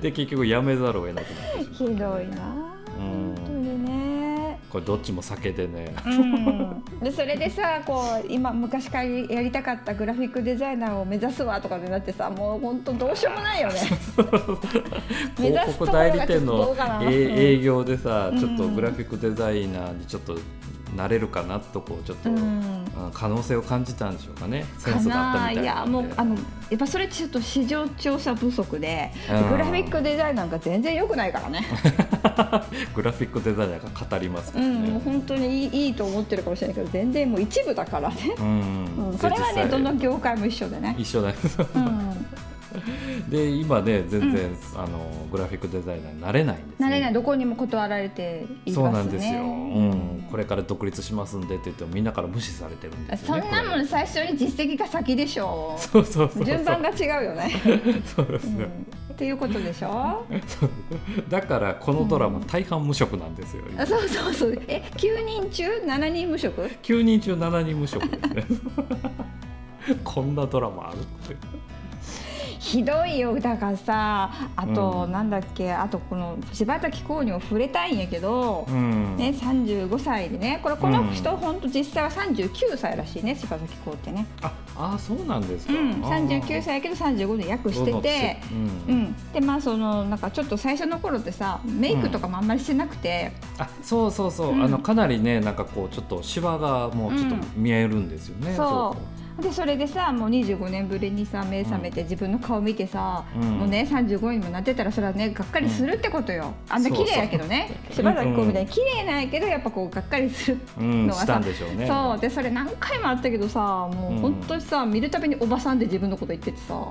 で結局やめざるを得なくなってしま うひどいな本当にねこれどっちも酒でねうん、でそれでさこう今昔からやりたかったグラフィックデザイナーを目指すわとかでなってさもう本当どうしようもないよね 目指広すところ告が代理店ちょっとどのうかなえ営業でさうんちょっとグラフィックデザイナーにちょっとなれるかなとこうちょっと、うんあの可能性を感じたんでしょうかねセンかスがあったなみいたいやなものうであのやっぱそれちょっと市場調査不足でうんグラフィックデザイナーが全然良くないからねグラフィックデザイナーが語りますかうらんねもう本当にいいいいと思ってるかもしれないけど全然もう一部だからね、うんうん、それはで実ね際どの業界も一緒でね、一緒だようん、で今ね全然、あのグラフィックデザイナーになれないんです、ね、慣れないどこにも断られていますねそうなんですよ、うん、これから独立しますんでって言ってもみんなから無視されてるんですそよんねなもこれん最初に実績が先でしょそう そうそうそう順番が違う よね、そうですうよ、ん、っていうことでしょだからこのドラマ大半無職なんですよ、今あそうそうそうえ9人中7人無職9人中7人無職ですねこんなドラマあるってひどいよだからさあと、うんなんだっけあとこの柴咲コウにも触れたいんやけど、うん、ね、35歳でねこれこの人、うん本当実際は39歳らしいね柴咲コウってね、ああそうなんですうか、ん、あ39歳やけど35で役してて。、うんうん、でまあそのなんかちょっと最初の頃ってさメイクとかもあんまりしてなくて、あそうそうそう、うんあのかなりねなんかこうちょっとシワがもうちょっとうん見えるんですよね、そうでそれでさもう25年ぶりにさ目覚めて自分の顔見てさ、うんもうね35にもなってたらそれはねがっかりするってことよ、あんな綺麗やけどねそう柴咲コウみたいに綺麗なんやけどやっぱこうがっかりする、う、うん、のはさしたんでしょうねそうでそれ何回もあったけどさもう本当にさ、見るたびにおばさんで自分のこと言っててさ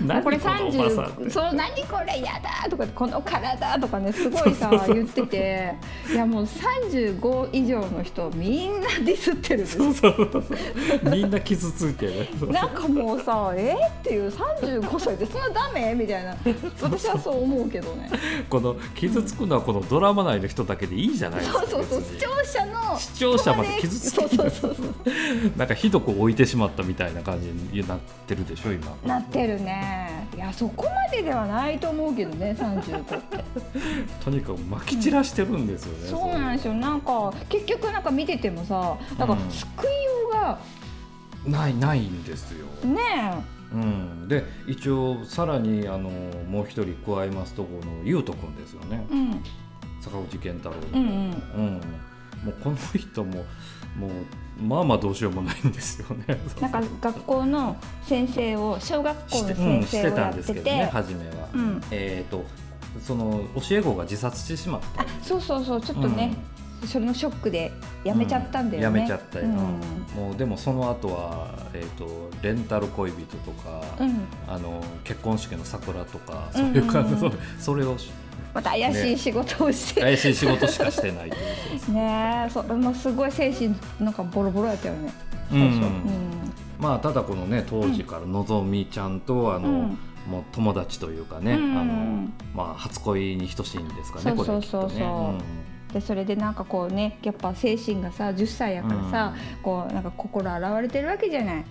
何これのおばさんって30そう何これやだとかこの体とかねすごいさ言ってていやもう35以上の人みんなディスってるんですそうそうそうそうみんな傷ついてるなんかもうさえっていう35歳でそんなダメみたいな私はそう思うけどねこの傷つくのはこのドラマ内の人だけでいいじゃないですそかうそうそう別視に聴者の視聴者まで傷つそうけそうてそうそうなんかひどく置いてしまったみたいな感じになってるでしょ今なってるねいやそこまでではないと思うけどね35ってとにかくまき散らしてるんですよね、そうなんですよなんか結局なんか見ててもさなんかうん救いようがないないんですよ、ねうん、で一応さらにあのもう一人加えますとこの優斗くんですよねえうん坂口健太郎う君んうんうんもうこの人ももうまあまあどうしようもないんですよねなんか学校の先生を小学校 しのてう先んして生をたやんっでてすけどねて初めは、うんえっ、とその教え子が自殺してしまったんでそうそうそうちょっとねそれのショックでやめちゃったんだようんね。やめちゃったよ、うんもうでもその後はえっ、とレンタル恋人とか、うんあの結婚式の桜とかうそううんんうんいう感じ、それをしまた怪しい仕事をして、怪しい仕事しかし てないというねえ、そうもうすごい精神なんかボロボロやったよね。うん最初うんまあただこのね当時からのぞみちゃんとあの、うんもう友達というかね、うんあのまあ初恋に等しいんですかねそうそうそうそうこれきっとねでそれでなんかこうねやっぱ精神がさ10歳やからさ、こうなんか心洗われてるわけじゃない。うん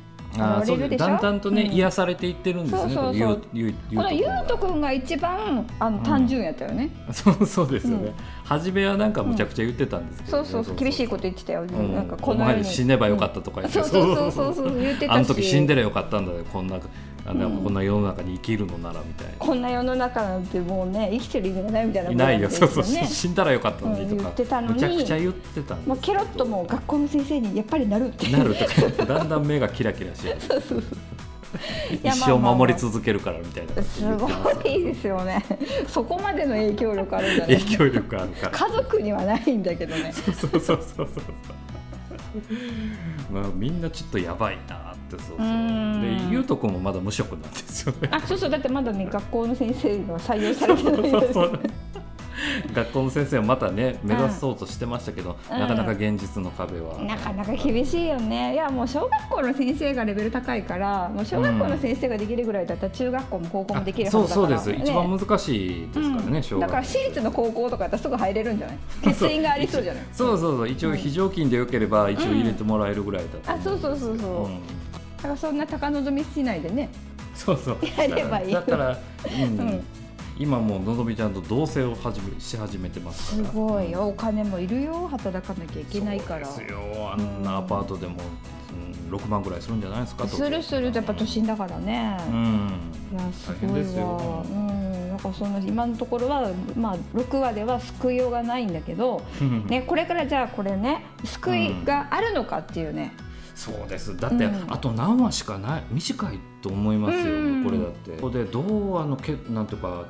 現あーれそうるでしょだんだんとね、うん癒されていってるんですねそうそうそうこのゆうゆこのゆうとくんくんが一番あのうん単純やったよね。が そうそうですよね、うん初めはなんかむちゃくちゃ言ってたんですけどそね、うそうそう厳しいこと言ってたよ。うんなんかこおの世前に死ねばよかったとか言って、そうそうそうそうそう言ってたし。あの時死んでりゃよかったんだよこんなあのうんこんな世の中に生きるのならみたいな、こんな世の中なんてもうね生きてる意味がないみたいな。いないよそうそうね死んだらよかったのにとうんか、言ってたのにむちゃくちゃ言ってたんですけどもうケロッともう学校の先生にやっぱりなるっていうなるとかだんだん目がキラキラし 始めてや一まあ生まあまあ守り続けるからみたいなことす言ってごますいですよね。そこまでの影響力あるんだね影。響力あるから家族にはないんだけどね。 そうそうそうそうまあみんなちょっとやばいなってそうそううーんでゆうとくんもまだ無職なん ですよねあ、そうそう、だってまだね、学校の先生が採用されてないそうそう学校の先生はまたね目指そうとしてましたけど、うんなかなか現実の壁は、なかなか厳しいよねいやもう小学校の先生がレベル高いからもう小学校の先生ができるぐらいだったら中学校も高校もできるはずそだうからそうでねす、一番難しいですからね、う小ん、だ学から私立の高校とかだったらすぐ入れるんじゃない欠員がありそうじゃないそうそうそう一応非常勤でよければ一応入れてもらえるぐらいだった、あそうそうそうそう、んだからそんな高望みしないでねそうそうやればいいだったら、うんうん今もうのぞみちゃんと同棲を始めし始めてますすからごいよお金もいるよ働かなきゃいけないからそうですよあんなアパートでも、うん、6万ぐらいするんじゃないですかするするとやっぱ都心だからね、うんいやす大ご変いですわようんなんかその今のところはまあ6話では救いようがないんだけど、ね、これからじゃあこれね救いがあるのかっていうね、そうですだって、うんあと何話しかない短いと思いますよ、うんこれだってここでどうあのけなんとか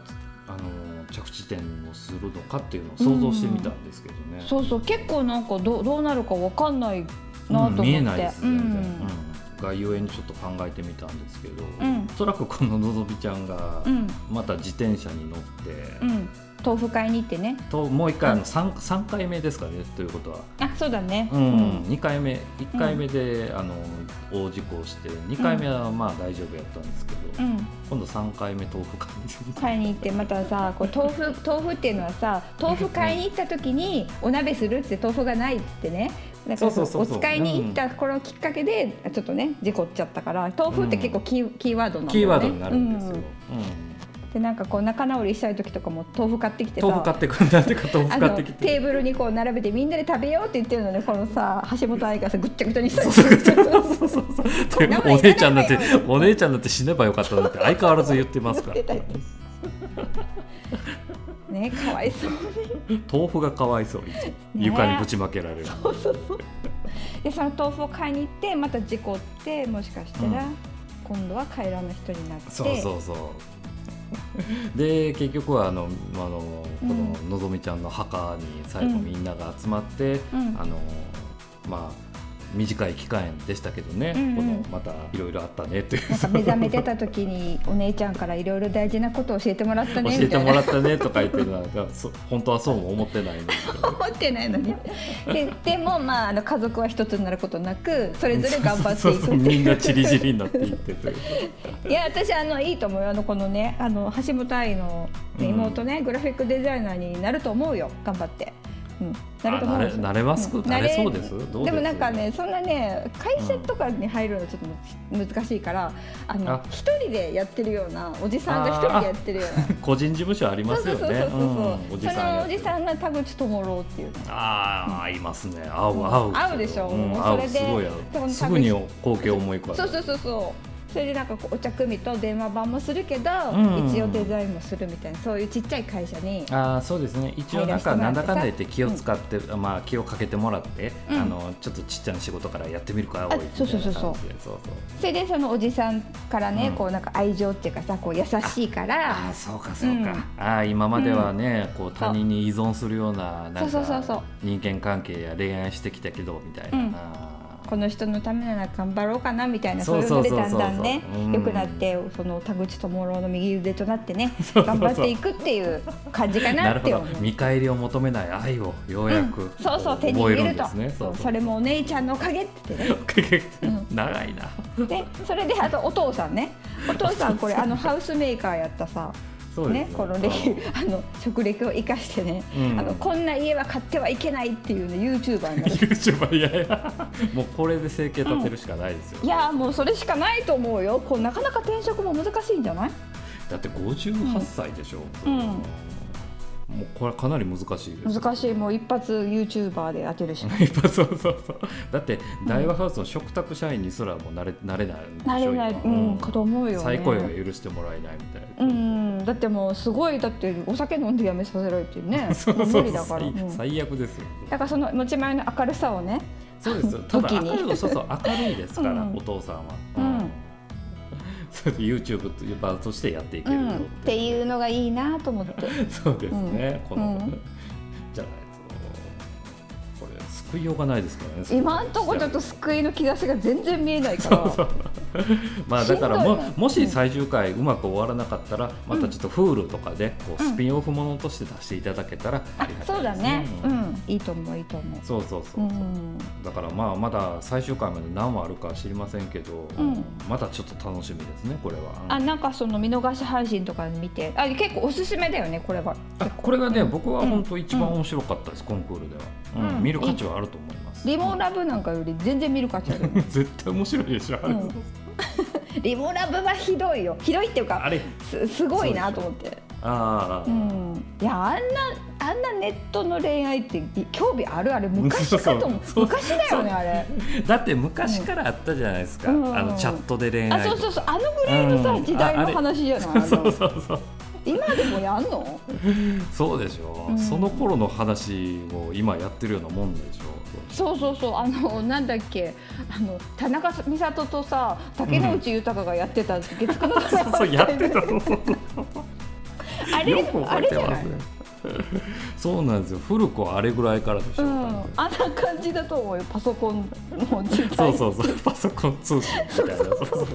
あの着地点をするのかっていうのを想像してみたんですけどね、そうそう結構なんかどうどうなるかわかんないなと思って、うん見えないですう全然、んうんがゆえにちょっと考えてみたんですけど、んおそらくこののぞみちゃんがうんまた自転車に乗っうて、ん豆腐買いに行ってねともう1回あの 3, 3回目ですかねということは、あそうだねうん2回目1回目で、あの大事故をして2回目はまあ大丈夫やったんですけど、うん今度3回目豆腐買いに行って買いに行ってまたさこう豆腐豆腐っていうのはさ豆腐買いに行った時にお鍋するって豆腐がないっつってねなんかそうそうそうそうお使いに行ったこれをきっかけでちょっとね事故っちゃったから豆腐って結構キー,、キーワードなんだキーよねワードになるんですよ、うんでなんかこう仲直りしたい時とかも豆腐買ってきてうんさ豆腐買ってくるなんてか豆腐あ買のってきてテーブルにこう並べてみんなで食べようって言ってるのねこのさ橋本愛がさぐっちゃぐちゃにしたりそう そうそうそうで名前お姉ちゃんだって名前お姉ちゃんだって死ねばよかったなんて相変わらず言ってますから言ってた言ってねかわいそう豆腐がかわいそういつも床にぶちまけられる、でその豆腐を買いに行ってまた事故ってもしかしたら、う今度は帰らぬ人になってそうそうそうで結局はあのあのこののぞみちゃんの墓に最後みんなが集まって、うんあのまあ短い期間でしたけどね、うんうんこのまたいろいろあったねっていうなんか目覚めてた時にお姉ちゃんからいろいろ大事なことを教えてもらった教ねえみてたいもならったねとか言ってるのはそ本当はそうも思ってないんですけど思ってないの にででもまああの家族は一つになることなくそれぞれ頑張っていくそうってそうそういうみんなチリチリになっていってという。いや私あのいいと思うよあのこのねあの橋本愛のねうん妹ね、グラフィックデザイナーになると思うよ頑張って、うん、なると思うあんなれですよなれますかうんなれそうですなどうでですもなんかねそんなね会社とかに入るのちょっとむ難しいからああの一人でやってるようなおじさんが一人でやってるような。個人事務所ありまそうすそうよそうそうそね。う、うんおじそさんのやおじさんが田口智郎っていうねああ、いますね。合う合う。合うでしょうんもう合それう。ですごい合でもう。すぐに光景を思い浮かべる。そうそうそうそうそれでなんかこうお茶組と電話番もするけど、うん一応デザインもするみたいなそういうちっちゃい会社にあーそうですね一応なんかなんだかんだ言って気を使って、まあ、気をかけてもらって、うんあのちょっとちっちゃな仕事からやってみるあか青いみたいな感じでそうそうそうそうそれでそのおじさんからね、うんこうなんか愛情っていうかさこう優しいかあらあそうかそううか、んああ今まではね、こう他人に依存するようななんそうそうそうそうか人間関係や恋愛してきたけどみたいな、うんあーこの人のためなら頑張ろうかなみたいなそそうういうそのうそでうそうだんだんねうん良くなってその田口智郎の右腕となってねう そうそう頑張っていくっていう感じかななるっほてど思う。見返りを求めない愛をようやく、そうそう手に覚入えるれんるとですねそうそれもお姉ちゃんのおかげってねう 長いなでそれであとお父さんねお父さんこれあのハウスメーカーやったさそうですね、この歴あの職歴を生かしてね、うんあのこんな家は買ってはいけないっていうねユーチューバーになる YouTuber いやいやもうこれで生計立てるしかないですよ、いやーもうそれしかないと思うよこうなかなか転職も難しいんじゃないだって58歳でしょ、うんもうこれかなり難しいです難しいもう一発ユーチューバーで当てるしやっぱそうそうそうだって大和ハウスの食卓社員にすらもうなれなれないんでしょなれない、う今ん、かと思うよ、ね、再雇用は許してもらえないみたいな、うんだってもうすごいだってお酒飲んでやめさせられてね そうそもうそう無理だから、最うんだ最悪ですよからその持ち前の明るさをねそうですよ。ただ時明にるいそうそう明るいですから、うんお父さんは。 うんそれで YouTube という場としてやっていけうるよんっていうのがいいなと思ってそうですね。この、うんじゃないとこれ救いようがないですからね今んとこちょっと救いの兆しが全然見えないからそうそうまあだからももし最終回うまく終わらなかったらまたちょっと Hulu とかでこうスピンオフものとして出していただけたらあありがたいです、そうだねうんいいと思ういいと思うそうそうそうそう、うんだからまあまだ最終回まで何話あるか知りませんけど、うんまだちょっと楽しみですねこれあは。なんかその見逃し配信とか見てあ結構おすすめだよねこれはあこれがね、僕はうん本当一番面白かったです、コンクールでは、うんうん見る価値はあると思います。リモラブなんかより全然見る価値あるよね絶対面白いでしょ、あれうんリモラブはひどいよひどいっていうあかれすすごいなと思ってああ、うんいやあんなあんなネットの恋愛ってい興味あるあれ昔かと思うそうそう昔だよねあれだって昔からあったじゃないですか、うんあのチャットで恋愛あそうそうそうあのぐらいのうさん時代の話じゃないあそうのそうそう今でもやんのそうでしょ、うんその頃の話を今やってるようなもん でしょそうそうそうあのなんだっけあの田中美里とさ竹野内豊がやってた月9のドラマそうやってたのあれよくあ覚えれてじゃまなすいねそうなんですよ古くはあれぐらいからでしうょ、ん、あ多分んな感じだと思うよパソコンの時代そうそうそうパソコン通信みたいなそうそう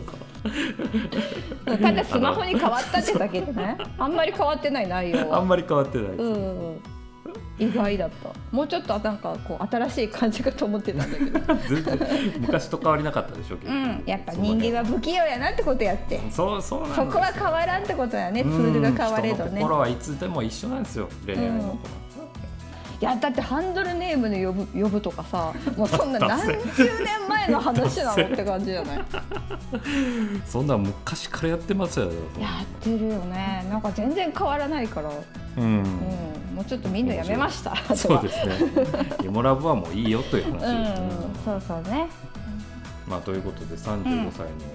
ただスマホに変わったってだけで ねあんまり変わってない内容そうあんはまり変わってないです、うん意外だったもうちょっとなんかこう新しい感じかと思ってたんだけど全然昔と変わりなかったでしょうけうど、んやっぱ人間は不器用やなってことやってそうそうなんですそよこは変わらんってことだよねツうーんルが変われど人のね心はいつでも一緒なんですよ恋愛の心、いやだってハンドルネームで呼ぶ呼ぶとかさもうそんな何十年前の話なのって感じじゃないそんなん昔からやってますよ、やってるよねなんか全然変わらないから、うんうん、もうちょっとみんなやめましたそあうですね リモラブはもういいよというとは話ですね、うんそうそうねまあということで35歳の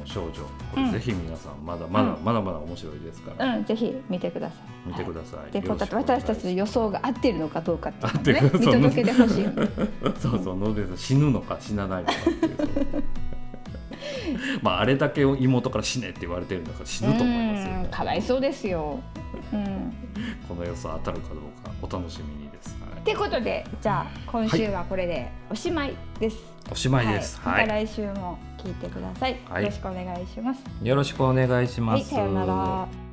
少女、これぜひ皆さんまだまだ、うんまだまだ面白いですから、うんぜひ見てください見てください、でよろしくお願い私しまたすちの予想が合ってるのかどうかってっていういのうをこね見とね届けてほしい そうそうノベル死ぬのか死なないのかっていう まああれだけを妹から死ねって言われてるんだから死ぬと思いますよ、うんかわいそうですよ、うん、この予想当たるかどうかお楽しみにです、はいってことでじゃあ今週はこれでおしまいです、おしまいです、はい、または来週も聞いてください。はいよろしくお願いします。い、よろしくお願いしはまい、す、さようなら。